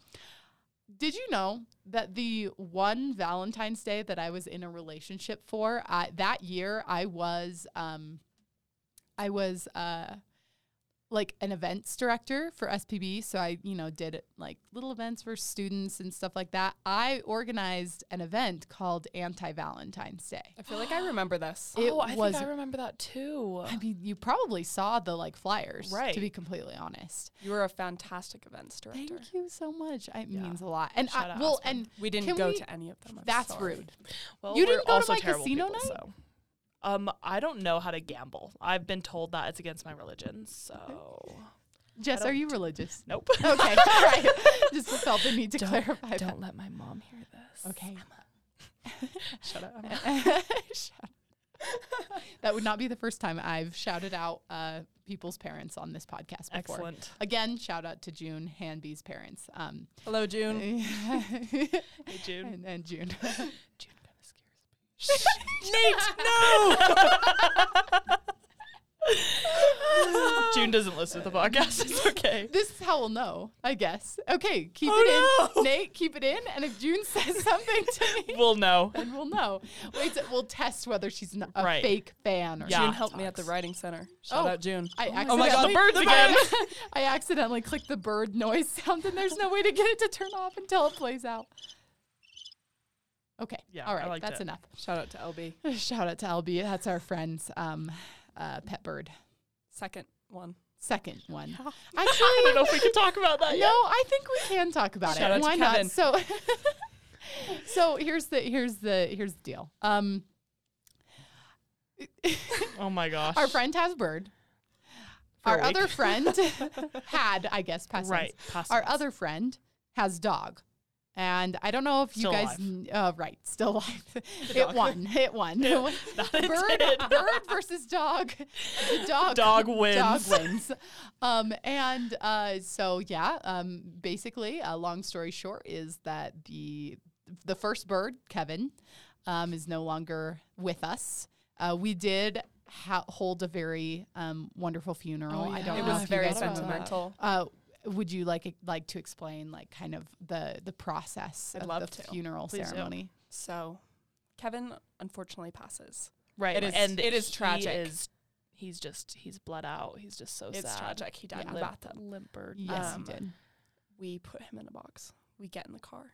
Speaker 1: did you know that the one Valentine's Day that I was in a relationship for uh, that year, I was um, I was uh, like an events director for SPB. So I you know did like little events for students and stuff like that. I organized an event called Anti Valentine's Day.
Speaker 3: I feel like I remember this.
Speaker 1: It
Speaker 2: oh, I
Speaker 1: was-
Speaker 2: think I remember that too.
Speaker 1: I mean, you probably saw the like flyers,
Speaker 2: Right.
Speaker 1: To be completely honest.
Speaker 3: You were a fantastic events director.
Speaker 1: Thank you so much. It
Speaker 2: Yeah.
Speaker 1: means a lot. And
Speaker 2: Shout
Speaker 1: I,
Speaker 2: out
Speaker 1: well,
Speaker 2: Aspen.
Speaker 1: and
Speaker 3: We didn't
Speaker 1: Can
Speaker 3: go
Speaker 1: we-
Speaker 3: to any of them. I'm
Speaker 1: that's
Speaker 3: sorry.
Speaker 1: rude.
Speaker 2: Well,
Speaker 1: You
Speaker 2: we're
Speaker 1: didn't go to
Speaker 2: also
Speaker 1: my
Speaker 2: terrible
Speaker 1: casino
Speaker 2: people,
Speaker 1: night?
Speaker 2: So. Um, I don't know how to gamble. I've been told that it's against my religion. So,
Speaker 1: Jess, are
Speaker 2: don't-
Speaker 1: you religious?
Speaker 2: nope.
Speaker 1: okay, all right. Just felt the need to clarify
Speaker 2: don't let my mom hear this.
Speaker 1: that. Okay.
Speaker 2: Shut up.
Speaker 1: Shout- that would not be the first time I've shouted out uh, people's parents on this podcast before.
Speaker 2: Excellent.
Speaker 1: Again, shout out to June Hanby's parents. Um,
Speaker 3: Hello, June.
Speaker 1: and,
Speaker 2: Hey, June.
Speaker 1: and June.
Speaker 2: June kind of scares me.
Speaker 3: Nate, no.
Speaker 2: June doesn't listen to the podcast. It's okay.
Speaker 1: This is how we'll know, I guess. Okay, keep
Speaker 3: Oh,
Speaker 1: it in. Nate, keep it in. And if June says something to me,
Speaker 2: We'll know.
Speaker 1: then we'll know. Wait, so we'll test whether she's n- a
Speaker 2: Right.
Speaker 1: fake fan or
Speaker 2: Yeah.
Speaker 3: June helped me at the writing center. Shout
Speaker 1: Oh.
Speaker 3: out June.
Speaker 1: I accidentally,
Speaker 3: Oh my God, the
Speaker 2: birds again.
Speaker 1: I accidentally clicked the bird noise sound, and there's no way to get it to turn off until it plays out. Okay.
Speaker 2: Yeah,
Speaker 1: All
Speaker 2: I
Speaker 1: right.
Speaker 2: liked
Speaker 1: that's
Speaker 2: it.
Speaker 1: enough.
Speaker 3: Shout out to LB.
Speaker 1: Shout out to LB. That's our friend's um, uh, pet bird.
Speaker 3: Second one.
Speaker 1: Second one.
Speaker 2: I
Speaker 1: Actually,
Speaker 2: don't know if we can talk about that
Speaker 1: no,
Speaker 2: yet.
Speaker 1: I think we can talk about
Speaker 3: Shout
Speaker 1: it.
Speaker 3: out to
Speaker 1: Why
Speaker 3: Kevin.
Speaker 1: not? So, so here's the here's the here's the deal. Um,
Speaker 2: Oh my gosh.
Speaker 1: our friend has a bird.
Speaker 2: For a
Speaker 1: our
Speaker 2: week.
Speaker 1: other friend had, I guess, past
Speaker 2: Right.
Speaker 1: tense.
Speaker 2: past
Speaker 1: Our
Speaker 2: tense.
Speaker 1: other friend has dog. And I don't know if
Speaker 2: Still
Speaker 1: you guys,
Speaker 2: alive.
Speaker 1: kn- uh, right, still alive. It
Speaker 3: dog.
Speaker 1: won. It won.
Speaker 2: That it
Speaker 1: bird,
Speaker 2: did.
Speaker 1: bird versus dog. The dog. Dog
Speaker 2: Dog wins.
Speaker 1: wins. Um, and uh, so, yeah, um, basically, uh, long story short is that the the first bird, Kevin, um, is no longer with us. Uh, we did ha- hold a very um, wonderful funeral.
Speaker 2: Oh,
Speaker 1: I
Speaker 2: yeah.
Speaker 1: don't
Speaker 3: it
Speaker 1: know
Speaker 3: was
Speaker 1: if you
Speaker 3: very
Speaker 1: guys talked about that.
Speaker 3: sentimental.
Speaker 1: Uh, would you like like to explain like kind of the the process
Speaker 3: I'd
Speaker 1: of
Speaker 3: love
Speaker 1: the
Speaker 3: to.
Speaker 1: funeral
Speaker 2: Please do.
Speaker 1: ceremony?
Speaker 3: So, Kevin unfortunately passes.
Speaker 2: Right.
Speaker 3: It is-
Speaker 2: And
Speaker 3: it is
Speaker 2: he
Speaker 3: tragic.
Speaker 2: is- he's just he's bled out. He's just so
Speaker 3: It's
Speaker 2: sad.
Speaker 3: tragic. He died in a
Speaker 2: Limp-
Speaker 3: bathtub.
Speaker 2: limp bird.
Speaker 1: Yes,
Speaker 3: Um,
Speaker 1: you did.
Speaker 3: We put him in a box. We get in the car.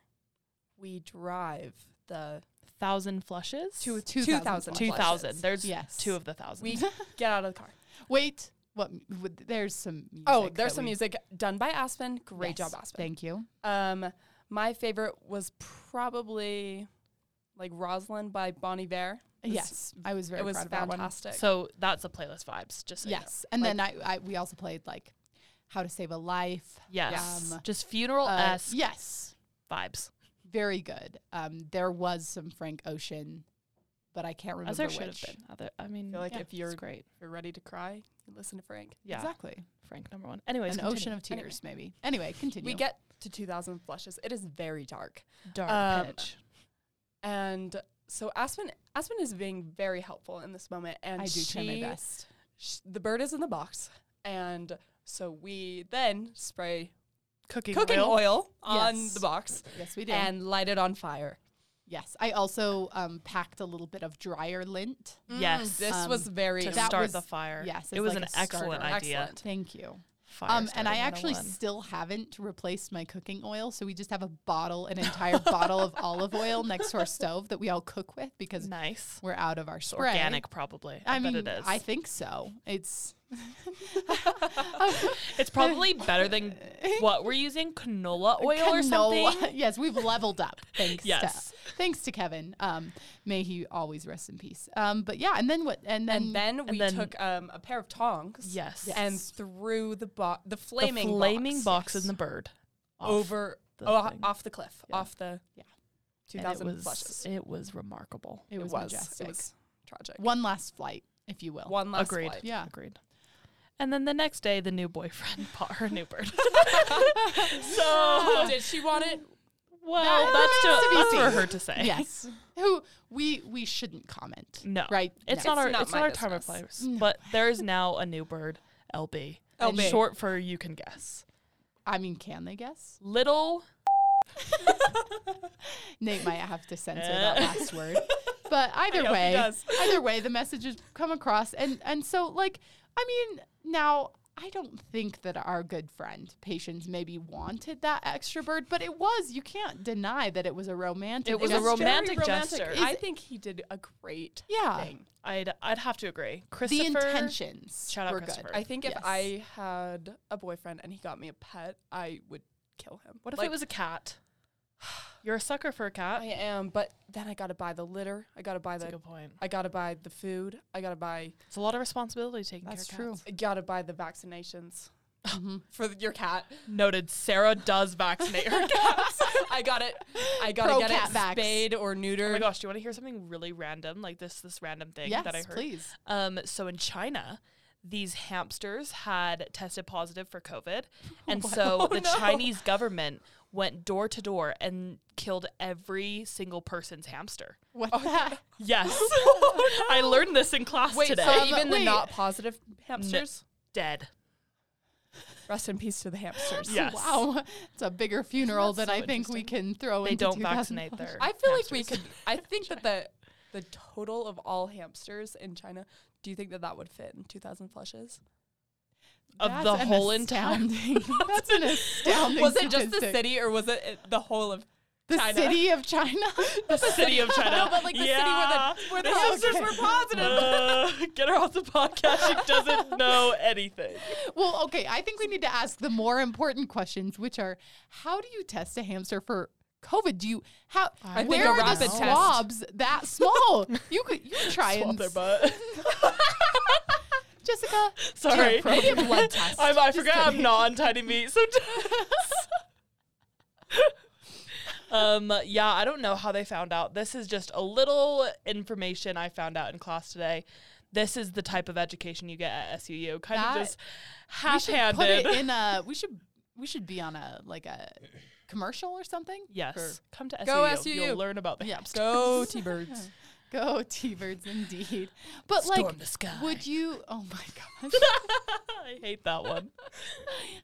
Speaker 3: We drive the
Speaker 2: Thousand flushes.
Speaker 3: two
Speaker 1: Two
Speaker 3: two
Speaker 1: thousand
Speaker 3: thousand
Speaker 2: two thousand.
Speaker 3: flushes.
Speaker 2: There's
Speaker 1: Yes.
Speaker 2: two of the thousand.
Speaker 3: We get out of the car.
Speaker 1: Wait, what? m- would- there's some. Music
Speaker 3: Oh,
Speaker 1: that
Speaker 3: there's some
Speaker 1: we-
Speaker 3: music done by Aspen. Great
Speaker 1: Yes,
Speaker 3: job, Aspen.
Speaker 1: Thank you.
Speaker 3: Um, my favorite was probably like Rosalind by Bonnie Vare.
Speaker 1: yes, I was very.
Speaker 3: it was
Speaker 1: proud of that one.
Speaker 3: fantastic.
Speaker 2: so that's a playlist vibes. Just so you know.
Speaker 1: Yes, and then I, I we also played like how to save a life.
Speaker 2: Yes.
Speaker 1: Um,
Speaker 2: Just funeral
Speaker 1: Uh,
Speaker 2: esque
Speaker 1: yes,
Speaker 2: vibes.
Speaker 1: very good. Um, there was some Frank Ocean, but I can't remember
Speaker 2: As there
Speaker 1: which.
Speaker 2: should have been. Other, I mean,
Speaker 3: feel like
Speaker 2: yeah,
Speaker 3: if you're-
Speaker 2: it's great,
Speaker 3: If you're ready to cry, you listen to Frank.
Speaker 2: yeah,
Speaker 1: Exactly,
Speaker 2: Frank number one. Anyways,
Speaker 1: an
Speaker 2: continue.
Speaker 1: ocean of
Speaker 3: Anyway.
Speaker 1: tears, maybe. Anyway, continue.
Speaker 3: We get to 2,000 flushes. It is very dark.
Speaker 2: dark
Speaker 3: Um,
Speaker 2: pitch.
Speaker 3: And so Aspen Aspen is being very helpful in this moment. And
Speaker 1: I do
Speaker 3: she,
Speaker 1: try my best.
Speaker 3: sh- the bird is in the box. And so we then spray
Speaker 2: Cooking,
Speaker 3: cooking oil, on
Speaker 1: Yes.
Speaker 3: the box
Speaker 1: Yes, we do.
Speaker 3: and light it on fire.
Speaker 1: yes, I also um, packed a little bit of drier lint.
Speaker 2: Yes.
Speaker 3: This
Speaker 1: Um,
Speaker 3: was very
Speaker 2: Mm. to
Speaker 1: that
Speaker 2: start
Speaker 1: was-
Speaker 2: the fire.
Speaker 1: yes,
Speaker 2: it
Speaker 1: it's
Speaker 2: was
Speaker 1: like
Speaker 2: an
Speaker 1: a
Speaker 2: excellent
Speaker 1: starter.
Speaker 2: idea.
Speaker 3: Excellent.
Speaker 1: Thank you.
Speaker 2: Fire oh
Speaker 1: Um, and
Speaker 2: starter
Speaker 1: I actually
Speaker 2: 101.
Speaker 1: still haven't replaced my cooking oil, so we just have a bottle, an entire bottle of olive oil next to our stove that we all cook with because
Speaker 2: nice,
Speaker 1: we're out of our
Speaker 2: It's
Speaker 1: spray.
Speaker 2: organic, probably. I,
Speaker 1: I, mean,
Speaker 2: bet it is.
Speaker 1: I think so. It's
Speaker 2: it's probably better than what we're using canola oil or
Speaker 1: uh, canola-
Speaker 2: something.
Speaker 1: yes, we've leveled up. Thanks.
Speaker 2: Yes.
Speaker 1: To, thanks to Kevin. Um, may he always rest in peace. Um, but yeah, and then what? And then,
Speaker 3: And then we
Speaker 2: then-
Speaker 3: took um, a pair of tongs
Speaker 2: Yes,
Speaker 3: and threw the bo- the
Speaker 2: the
Speaker 3: flaming
Speaker 2: flaming
Speaker 3: box,
Speaker 2: box and the bird off.
Speaker 3: over
Speaker 2: the
Speaker 3: oh,
Speaker 2: thing.
Speaker 3: off the cliff,
Speaker 2: Yeah.
Speaker 3: off the
Speaker 1: Yeah.
Speaker 2: And
Speaker 3: 2,000
Speaker 2: it was,
Speaker 3: flushes.
Speaker 2: It was remarkable.
Speaker 1: it was,
Speaker 3: It
Speaker 1: majestic.
Speaker 3: was tragic.
Speaker 1: One last flight, if you will.
Speaker 3: One last
Speaker 2: Agreed.
Speaker 3: flight.
Speaker 1: Yeah.
Speaker 2: Agreed. And then the next day, the new boyfriend bought her a new bird. so,
Speaker 3: Did she want it?
Speaker 2: well, that's,
Speaker 1: remains
Speaker 2: to,
Speaker 1: to be
Speaker 2: that's for
Speaker 1: seen.
Speaker 2: her to say.
Speaker 1: Yes. Who we we shouldn't comment.
Speaker 2: No.
Speaker 1: Right. Mm.
Speaker 2: It's
Speaker 1: No.
Speaker 2: not our.
Speaker 3: It's not
Speaker 2: it's
Speaker 3: my
Speaker 2: not our time or
Speaker 3: business.
Speaker 2: place. But there is now a new bird, LB. And
Speaker 3: LB.
Speaker 2: Short for you can guess.
Speaker 1: I mean, can they guess?
Speaker 2: Little.
Speaker 1: Nate might have to censor
Speaker 2: Uh.
Speaker 1: that last word. But either
Speaker 3: hope he
Speaker 1: way,
Speaker 3: does.
Speaker 1: either way, the messages come across, and and so like, I mean, now I don't think that our good friend Patience maybe wanted that extra bird, but it was you can't deny that it was a romantic.
Speaker 2: It was a
Speaker 1: gesture.
Speaker 3: very
Speaker 2: romantic gesture.
Speaker 3: I think he did a great
Speaker 1: Yeah.
Speaker 3: thing.
Speaker 2: I'd. I'd have to agree. Christopher.
Speaker 1: The intentions
Speaker 2: Shout out
Speaker 1: were good.
Speaker 2: Christopher.
Speaker 3: I think if
Speaker 1: Yes.
Speaker 3: I had a boyfriend and he got me a pet, I would kill him.
Speaker 2: What if
Speaker 3: Like,
Speaker 2: it was a cat? You're a sucker for a cat.
Speaker 1: Oh,
Speaker 3: I am, but then I gotta buy the litter. I gotta buy
Speaker 2: that's a
Speaker 3: the.
Speaker 2: good point.
Speaker 3: I gotta buy the food. I gotta buy.
Speaker 2: It's a lot of responsibility taking
Speaker 1: That's
Speaker 2: care of
Speaker 1: true.
Speaker 2: cats.
Speaker 3: I gotta buy the vaccinations
Speaker 2: Mm-hmm.
Speaker 1: Mhm.
Speaker 3: for your cat.
Speaker 2: Noted. Sarah does vaccinate her cats.
Speaker 3: I got it. I gotta
Speaker 1: Pro
Speaker 3: get
Speaker 1: cat
Speaker 3: it
Speaker 1: vax.
Speaker 3: spayed or neutered.
Speaker 2: Oh my gosh, do you want to hear something really random? Like this this random thing
Speaker 1: Yes,
Speaker 2: that I heard.
Speaker 1: please.
Speaker 2: Um so in China, these hamsters had tested positive for COVID. And
Speaker 3: oh,
Speaker 2: so the Chinese government went door to door and killed every single person's hamster.
Speaker 1: What the heck?
Speaker 2: Yes. I learned this in class
Speaker 3: Oh, Wait,
Speaker 2: today.
Speaker 3: so
Speaker 1: Um,
Speaker 3: even the
Speaker 1: wait.
Speaker 3: not positive hamsters.
Speaker 2: Dead.
Speaker 3: Rest in peace to the hamsters.
Speaker 2: Yes.
Speaker 1: Wow, it's a bigger funeral
Speaker 2: Isn't that
Speaker 1: than
Speaker 2: so
Speaker 1: I think we can throw
Speaker 2: They
Speaker 1: into
Speaker 2: don't
Speaker 1: 2000
Speaker 2: vaccinate their
Speaker 3: I feel like we
Speaker 2: hamsters.
Speaker 3: could. I think that the the total of all hamsters in China. Do you think that that would fit in two thousand flushes?
Speaker 2: of
Speaker 1: That's
Speaker 2: the
Speaker 1: an
Speaker 2: whole in town.
Speaker 1: astounding- That's an astounding.
Speaker 3: Was it just the
Speaker 1: statistic.
Speaker 3: city, or was it it the whole of
Speaker 1: The
Speaker 3: China?
Speaker 1: city of China?
Speaker 2: The city of China.
Speaker 3: No, but like the city where the where the
Speaker 1: Yeah.
Speaker 3: hamsters were positive.
Speaker 2: Uh, get her off the podcast. She doesn't know anything.
Speaker 1: well, okay. I think we need to ask the more important questions, which are: How do you test a hamster for COVID? Do you how?
Speaker 2: I
Speaker 3: think
Speaker 1: where
Speaker 3: a
Speaker 1: are the
Speaker 3: rapid test.
Speaker 1: swabs that small? you could you could try
Speaker 2: Swab
Speaker 1: and
Speaker 2: their
Speaker 1: s-
Speaker 2: butt.
Speaker 1: Sorry.
Speaker 2: Sorry.
Speaker 1: Maybe a blood test.
Speaker 2: I'm, I
Speaker 1: Just
Speaker 2: forgot I'm
Speaker 1: kidding.
Speaker 2: not on tiny meat sometimes. um, yeah, I don't know how they found out. This is just a little information I found out in class today. This is the type of education you get at SUU, kind
Speaker 1: That-
Speaker 2: of just
Speaker 1: We should put it
Speaker 2: half-handed.
Speaker 1: in a. We should we should be on a like a commercial or something.
Speaker 2: yes,
Speaker 1: For-
Speaker 2: come to SUU.
Speaker 3: Go SUU.
Speaker 2: You'll learn about the
Speaker 1: Yeah.
Speaker 2: hamster.
Speaker 3: Go T-birds.
Speaker 1: Go T-birds, indeed. But
Speaker 2: Storm
Speaker 1: like,
Speaker 2: the sky.
Speaker 1: would you? Oh my gosh.
Speaker 2: I hate that one.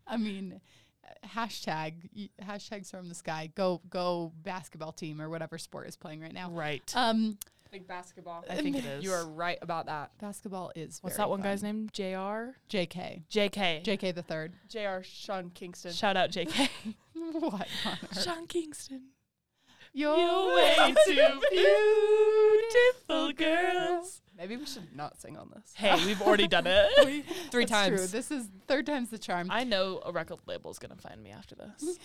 Speaker 1: I mean, uh, hashtag y- hashtags from the sky. Go go basketball team or whatever sport is playing right now.
Speaker 2: Right.
Speaker 1: Um,
Speaker 3: Like basketball.
Speaker 2: I think it is.
Speaker 3: You are right about that.
Speaker 1: basketball is
Speaker 2: What's
Speaker 1: very
Speaker 2: that one
Speaker 1: fun.
Speaker 2: guy's name? Jr.
Speaker 1: J.K.
Speaker 2: JK.
Speaker 1: J.K. the third.
Speaker 3: J.R. Sean Kingston.
Speaker 2: Shout out JK.
Speaker 1: What on earth?
Speaker 2: Sean Kingston.
Speaker 1: You're
Speaker 2: You way too beautiful, girls.
Speaker 3: Maybe we should not sing on this.
Speaker 2: Hey, we've already done it.
Speaker 3: Three
Speaker 1: That's true.
Speaker 3: times.
Speaker 1: This is third time's the charm.
Speaker 2: Mm-hmm. I know a record label's gonna find me after this.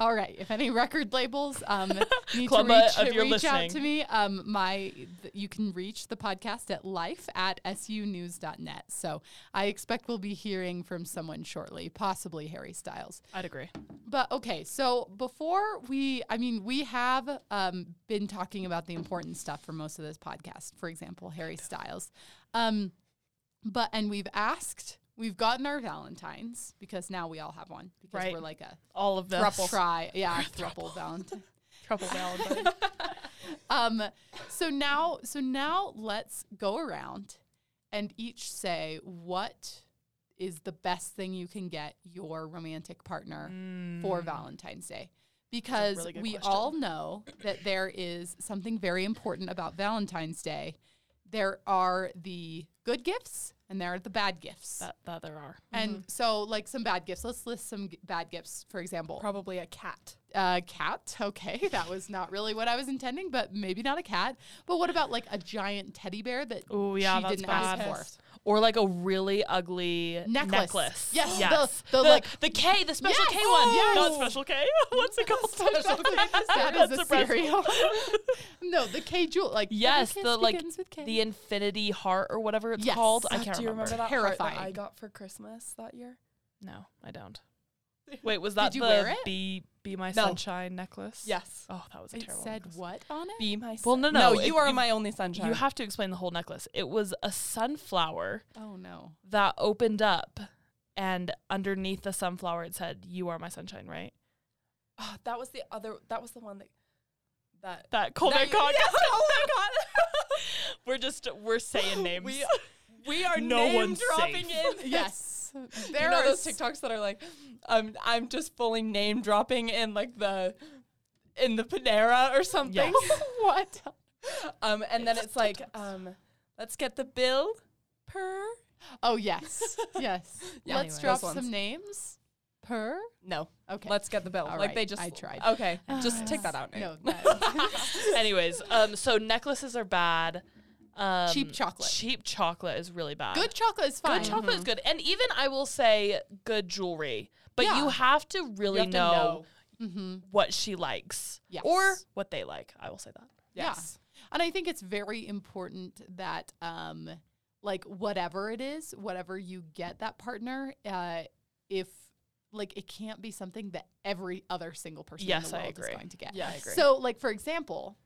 Speaker 1: All right. If any record labels um, need
Speaker 2: Club,
Speaker 1: to
Speaker 2: uh,
Speaker 1: reach,
Speaker 2: if you're
Speaker 1: reach out to
Speaker 2: listening.
Speaker 1: me, um, my th- you can reach the podcast at life at sunews.net. So I expect we'll be hearing from someone shortly, possibly Harry Styles.
Speaker 2: I'd agree.
Speaker 1: But okay, so before we, I mean, we have um, been talking about the important stuff for most of this podcast. For example, Harry Styles. Um, but and we've asked, we've gotten our Valentines because now we all have one because
Speaker 2: Right.
Speaker 1: we're like a
Speaker 2: All of the
Speaker 1: try, yeah, thruple Valentine.
Speaker 2: trouble Valentine.
Speaker 1: Um, so now, so now let's go around and each say what is the best thing you can get your romantic partner for Valentine's Day. Because
Speaker 2: Mm. really good
Speaker 1: we
Speaker 2: question.
Speaker 1: all know that there is something very important about Valentine's Day. There are the good gifts and there are the bad gifts.
Speaker 2: that, Mm-hmm. that there are.
Speaker 1: and so, like some bad gifts, let's list some g- bad gifts. For example,
Speaker 3: Probably a cat.
Speaker 1: a Uh, cat. Okay, that was not really what I was intending, but maybe not a cat. But what about like a giant teddy bear that
Speaker 2: Oh yeah,
Speaker 1: she
Speaker 2: that's
Speaker 1: didn't
Speaker 2: bad.
Speaker 1: ask for?
Speaker 2: Or like a really ugly
Speaker 1: Necklace.
Speaker 2: necklace.
Speaker 1: Yes, the-
Speaker 2: yes.
Speaker 1: the, like-
Speaker 2: the K, the special
Speaker 1: Yes.
Speaker 2: K one.
Speaker 1: Yes.
Speaker 2: Not special K. What's it called? Special K.
Speaker 1: That is a cereal. no, the K jewel. Like every
Speaker 2: Yes,
Speaker 1: kiss
Speaker 2: the like
Speaker 1: begins with K.
Speaker 2: the infinity heart or whatever it's
Speaker 1: Yes.
Speaker 2: called. I
Speaker 1: Oh,
Speaker 2: can't
Speaker 3: Do you remember, that heart
Speaker 1: Terrifying.
Speaker 3: that I got for Christmas that year?
Speaker 2: No, I don't. Wait, was that
Speaker 1: you
Speaker 2: the
Speaker 1: wear it?
Speaker 2: be be my
Speaker 3: No.
Speaker 2: sunshine necklace?
Speaker 3: Yes.
Speaker 2: Oh, that was a
Speaker 1: it
Speaker 2: terrible.
Speaker 1: said
Speaker 2: necklace.
Speaker 1: what on it?
Speaker 3: Be my.
Speaker 2: Well,
Speaker 3: sun-
Speaker 2: no, no,
Speaker 3: no. You
Speaker 2: it-
Speaker 3: are
Speaker 2: you-
Speaker 3: my only sunshine.
Speaker 2: You have to explain the whole necklace. It was a sunflower
Speaker 1: Oh no.
Speaker 2: that opened up, and underneath the sunflower it said, "You are my sunshine." Right?
Speaker 3: Ah, that was the other. That was the one that. That.
Speaker 2: That Colbert
Speaker 3: you-
Speaker 2: contest.
Speaker 3: Yes,
Speaker 2: oh my god. we're just we're saying names.
Speaker 3: We we are
Speaker 2: No
Speaker 3: name
Speaker 2: one's
Speaker 3: dropping
Speaker 2: safe.
Speaker 3: in.
Speaker 1: Yes,
Speaker 3: You
Speaker 1: there
Speaker 3: know
Speaker 1: are
Speaker 3: those
Speaker 1: s-
Speaker 3: TikToks that are like, um, I'm just fully name dropping in like the, in the Panera or something.
Speaker 2: Yes.
Speaker 1: what?
Speaker 3: Um, and then it's like, um, let's get the bill per.
Speaker 1: Oh yes, yes.
Speaker 3: Yeah,
Speaker 1: Let's
Speaker 3: anyway,
Speaker 1: drop
Speaker 3: those
Speaker 1: some
Speaker 3: ones.
Speaker 1: names. Per.
Speaker 3: No,
Speaker 1: Okay.
Speaker 3: let's get the bill.
Speaker 1: All
Speaker 3: like
Speaker 1: right,
Speaker 3: they just.
Speaker 1: I tried.
Speaker 3: Okay, just take that out. Nate.
Speaker 1: no. That,
Speaker 2: Anyways, um, so necklaces are bad. Um,
Speaker 1: Cheap chocolate.
Speaker 2: Cheap chocolate is really bad.
Speaker 1: good chocolate is fine.
Speaker 2: Good chocolate is good, and even I will say good jewelry. But
Speaker 1: Yeah.
Speaker 2: you have to really
Speaker 3: You have to
Speaker 2: know,
Speaker 3: know.
Speaker 1: Mm-hmm.
Speaker 2: what she likes
Speaker 1: Yes.
Speaker 2: or what they like. I will say that.
Speaker 3: Yes.
Speaker 1: Yeah. And I think it's very important that um like whatever it is, whatever you get that partner, uh if like it can't be something that every other single person in
Speaker 2: Yes,
Speaker 1: the
Speaker 2: I
Speaker 1: world is
Speaker 2: agree.
Speaker 1: going to get.
Speaker 3: Yes.
Speaker 2: I agree.
Speaker 1: So like for example,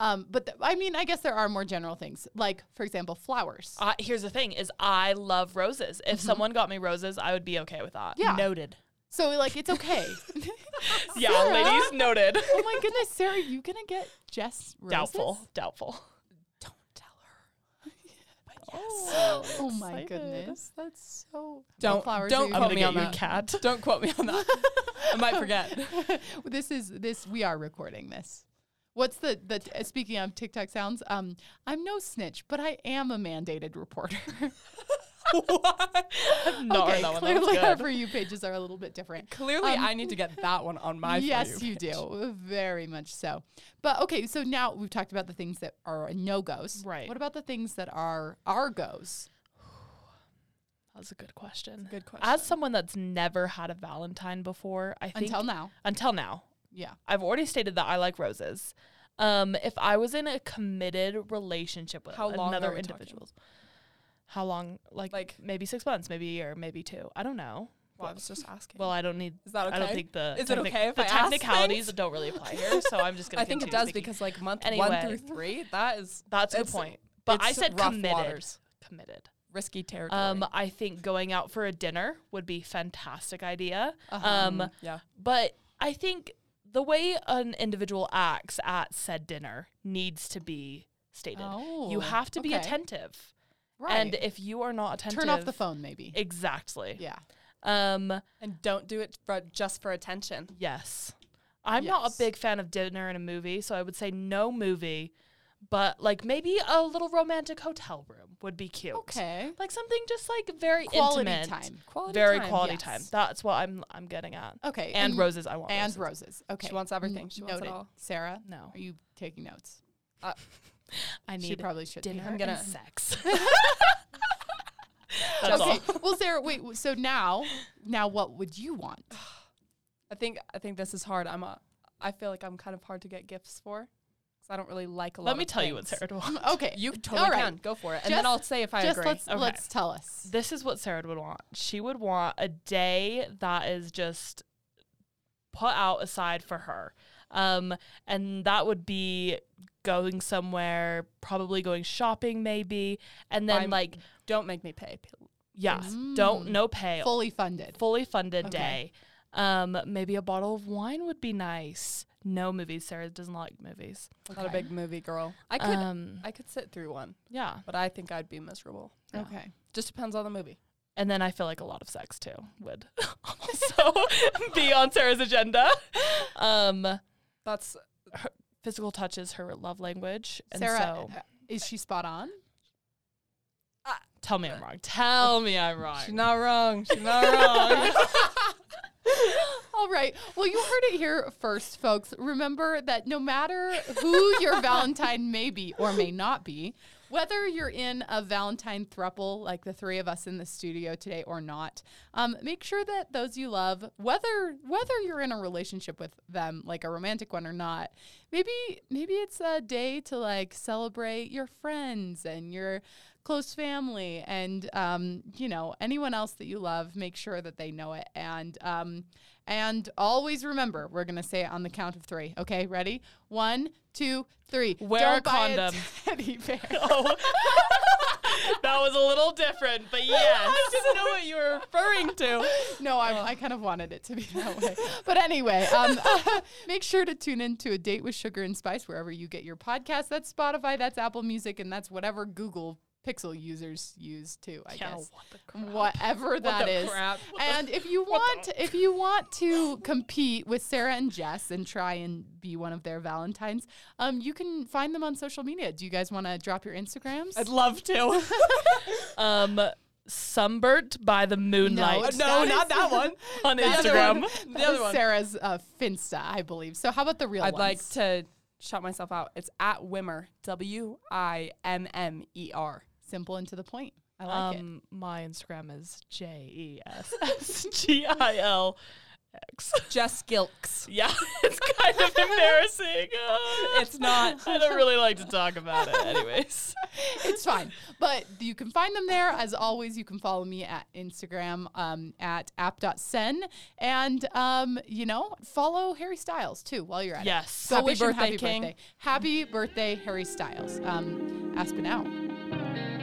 Speaker 1: um but th- I mean I guess there are more general things. Like for example, flowers.
Speaker 2: I, here's the thing: is I love roses. If someone got me roses, I would be okay with that.
Speaker 1: Yeah.
Speaker 2: noted.
Speaker 1: so like it's okay.
Speaker 2: Yeah,
Speaker 1: Sarah?
Speaker 2: ladies, noted.
Speaker 1: oh my goodness, Sarah, are you gonna get Jess roses?
Speaker 2: Doubtful, doubtful.
Speaker 3: Don't tell her.
Speaker 1: Oh my
Speaker 2: Excited.
Speaker 1: goodness. That's so What
Speaker 3: Don't-
Speaker 1: flowers
Speaker 3: don't
Speaker 1: are you
Speaker 3: Quote
Speaker 2: I'm gonna
Speaker 3: me
Speaker 2: get
Speaker 3: on
Speaker 2: you a
Speaker 3: that.
Speaker 2: cat.
Speaker 3: Don't quote me on that. I might forget.
Speaker 1: this is this we are recording this what's the the uh, speaking of tiktok sounds um i'm no snitch but i am a mandated reporter
Speaker 3: What?
Speaker 2: Not
Speaker 1: okay
Speaker 2: that one. That was
Speaker 1: clearly
Speaker 2: good.
Speaker 1: our for you pages are a little bit different
Speaker 3: Clearly,
Speaker 1: Um,
Speaker 3: I need to get that one on my. For
Speaker 1: yes
Speaker 3: you.
Speaker 1: you do very much so but okay so now we've talked about the things that are no goes
Speaker 2: Right.
Speaker 1: what about the things that are our goes
Speaker 2: That's a good question.
Speaker 3: Good question.
Speaker 2: As someone that's never had a Valentine before, I think
Speaker 1: until now
Speaker 2: until now,
Speaker 1: yeah
Speaker 2: I've already stated that I like roses. Um, if I was in a committed relationship with
Speaker 3: How long
Speaker 2: another
Speaker 3: are we talking?
Speaker 2: individual, how long? Like,
Speaker 3: Like-
Speaker 2: maybe six months, maybe a year, maybe two. I don't know.
Speaker 3: Well, I was just asking.
Speaker 2: Well, I don't need.
Speaker 3: Is that okay?
Speaker 2: I don't think the
Speaker 3: Is it okay if
Speaker 2: the
Speaker 3: I ask
Speaker 2: technicalities don't really apply here. So I'm just gonna.
Speaker 3: I think it
Speaker 2: continue
Speaker 3: does
Speaker 2: speaking.
Speaker 3: because like month
Speaker 2: Anyway.
Speaker 3: one through three, that is
Speaker 2: that's a good
Speaker 3: it's-
Speaker 2: point. But I
Speaker 3: it's
Speaker 2: said
Speaker 3: rough
Speaker 2: committed.
Speaker 3: waters.
Speaker 2: Committed.
Speaker 3: risky territory.
Speaker 2: Um, I think going out for a dinner would be fantastic idea.
Speaker 1: Uh-huh.
Speaker 2: Um,
Speaker 3: yeah,
Speaker 2: but I think the way an individual acts at said dinner needs to be stated.
Speaker 1: Oh,
Speaker 2: you have to be
Speaker 1: okay.
Speaker 2: attentive,
Speaker 1: right
Speaker 2: and if you are not attentive,
Speaker 1: turn off the phone maybe
Speaker 2: Exactly.
Speaker 1: yeah
Speaker 2: Um.
Speaker 3: and don't do it for just for attention.
Speaker 2: Yes. I'm not a
Speaker 1: Yes.
Speaker 2: big fan of dinner and a movie, so I would say no movie, but like maybe a little romantic hotel room would be cute.
Speaker 1: okay
Speaker 2: Like something just like very
Speaker 1: quality
Speaker 2: intimate.
Speaker 1: time
Speaker 3: Quality
Speaker 2: very
Speaker 3: time,
Speaker 2: quality
Speaker 1: yes.
Speaker 2: time. That's what I'm I'm getting at.
Speaker 1: okay
Speaker 2: And,
Speaker 1: roses.
Speaker 2: roses I want.
Speaker 1: and
Speaker 2: roses.
Speaker 1: roses. Okay,
Speaker 3: wants everything.
Speaker 1: N-
Speaker 3: She wants it
Speaker 1: noted.
Speaker 3: all.
Speaker 1: Sarah,
Speaker 2: No.
Speaker 1: are you taking notes?
Speaker 2: I
Speaker 1: she
Speaker 2: need
Speaker 1: probably should. be.
Speaker 2: dinner
Speaker 3: I'm gonna-
Speaker 2: and sex. That's
Speaker 1: okay.
Speaker 2: all.
Speaker 1: well, Sarah, wait. w- So now, now, what would you want?
Speaker 3: I think I think this is hard. I'm a. I feel like I'm kind of hard to get gifts for, because I don't really like a lot.
Speaker 2: Let me
Speaker 3: of
Speaker 2: tell you what
Speaker 3: things.
Speaker 2: Sarah would want.
Speaker 1: okay.
Speaker 3: You totally
Speaker 1: right.
Speaker 3: can go for it, and then
Speaker 1: Just-
Speaker 3: I'll say if I
Speaker 1: Just
Speaker 3: agree.
Speaker 1: let's
Speaker 2: Okay.
Speaker 1: let's tell us.
Speaker 2: This is what Sarah would want. She would want a day that is just put out aside for her. Um, and that would be going somewhere, probably going shopping, maybe. And then,
Speaker 3: I'm-
Speaker 2: like,
Speaker 3: Don't make me pay.
Speaker 2: yeah,
Speaker 1: Mm.
Speaker 2: don't, no pay,
Speaker 1: Fully funded.
Speaker 2: fully funded
Speaker 1: Okay.
Speaker 2: day. Um, maybe a bottle of wine would be nice. No movies. Sarah doesn't like movies.
Speaker 3: Not a
Speaker 1: Okay.
Speaker 3: big movie girl. I could
Speaker 2: um,
Speaker 3: I could sit through one,
Speaker 2: yeah.
Speaker 3: but I think I'd be miserable.
Speaker 2: Yeah.
Speaker 1: Okay.
Speaker 3: Just depends on the movie.
Speaker 2: And then I feel like a lot of sex too would also be on Sarah's agenda. Um,
Speaker 3: That's
Speaker 2: physical touch is her love language. And
Speaker 1: Sarah,
Speaker 2: so
Speaker 1: uh, is she spot on?
Speaker 2: tell me I'm wrong. Tell me I'm
Speaker 3: uh, she's
Speaker 2: wrong. Oh,
Speaker 3: not wrong. She's not wrong.
Speaker 1: All right. Well, you heard it here first, folks. Remember that no matter who your Valentine may be or may not be, whether you're in a Valentine thruple like the three of us in the studio today or not, um, make sure that those you love, whether whether you're in a relationship with them, like a romantic one or not, maybe maybe it's a day to like celebrate your friends and your close family and um, you know anyone else that you love make sure that they know it and um, and always remember we're gonna say it on the count of three okay ready one two three
Speaker 2: Wear a
Speaker 1: Don't buy
Speaker 2: condom.
Speaker 1: teddy bear
Speaker 2: Oh. that was a little different, but yes.
Speaker 3: I didn't know what you were referring to.
Speaker 1: no I, I kind of wanted it to be that way but anyway um, make sure to tune in to a date with sugar and spice wherever you get your podcast that's spotify that's apple music and that's whatever google pixel users use too i
Speaker 2: Yeah,
Speaker 1: guess
Speaker 2: what the crap.
Speaker 1: whatever that
Speaker 2: the
Speaker 1: is.
Speaker 2: crap.
Speaker 1: And if you want if you want to compete with Sarah and Jess and try and be one of their Valentines, um, you can find them on social media. Do you guys want to drop your Instagrams?
Speaker 3: I'd love to.
Speaker 2: Um, sunburnt by the
Speaker 1: No,
Speaker 2: moonlight
Speaker 1: it's- That is-
Speaker 3: one.
Speaker 2: on
Speaker 1: That's the
Speaker 2: Instagram.
Speaker 1: one-
Speaker 3: The
Speaker 1: that
Speaker 3: other
Speaker 1: was
Speaker 3: one.
Speaker 1: Sarah's uh, Finsta, I believe. So how about the real
Speaker 3: I'd
Speaker 1: ones?
Speaker 3: like to shout myself out. It's at Wimmer. W I M M E R.
Speaker 1: simple and to the point. I like it.
Speaker 2: um, my Instagram is J E S S G I L X.
Speaker 3: Jess Gilks.
Speaker 2: Yeah, it's kind of embarrassing. Uh,
Speaker 3: It's not.
Speaker 2: I don't really like to talk about it, anyways.
Speaker 1: it's fine. But you can find them there. As always, you can follow me at Instagram um, at app.sen. And, um, you know, follow Harry Styles too while you're at it.
Speaker 2: Yes.
Speaker 1: Go
Speaker 3: Happy
Speaker 1: wish him
Speaker 3: birthday,
Speaker 1: happy
Speaker 3: King.
Speaker 1: birthday. Happy birthday, Harry Styles. Um, Aspen out.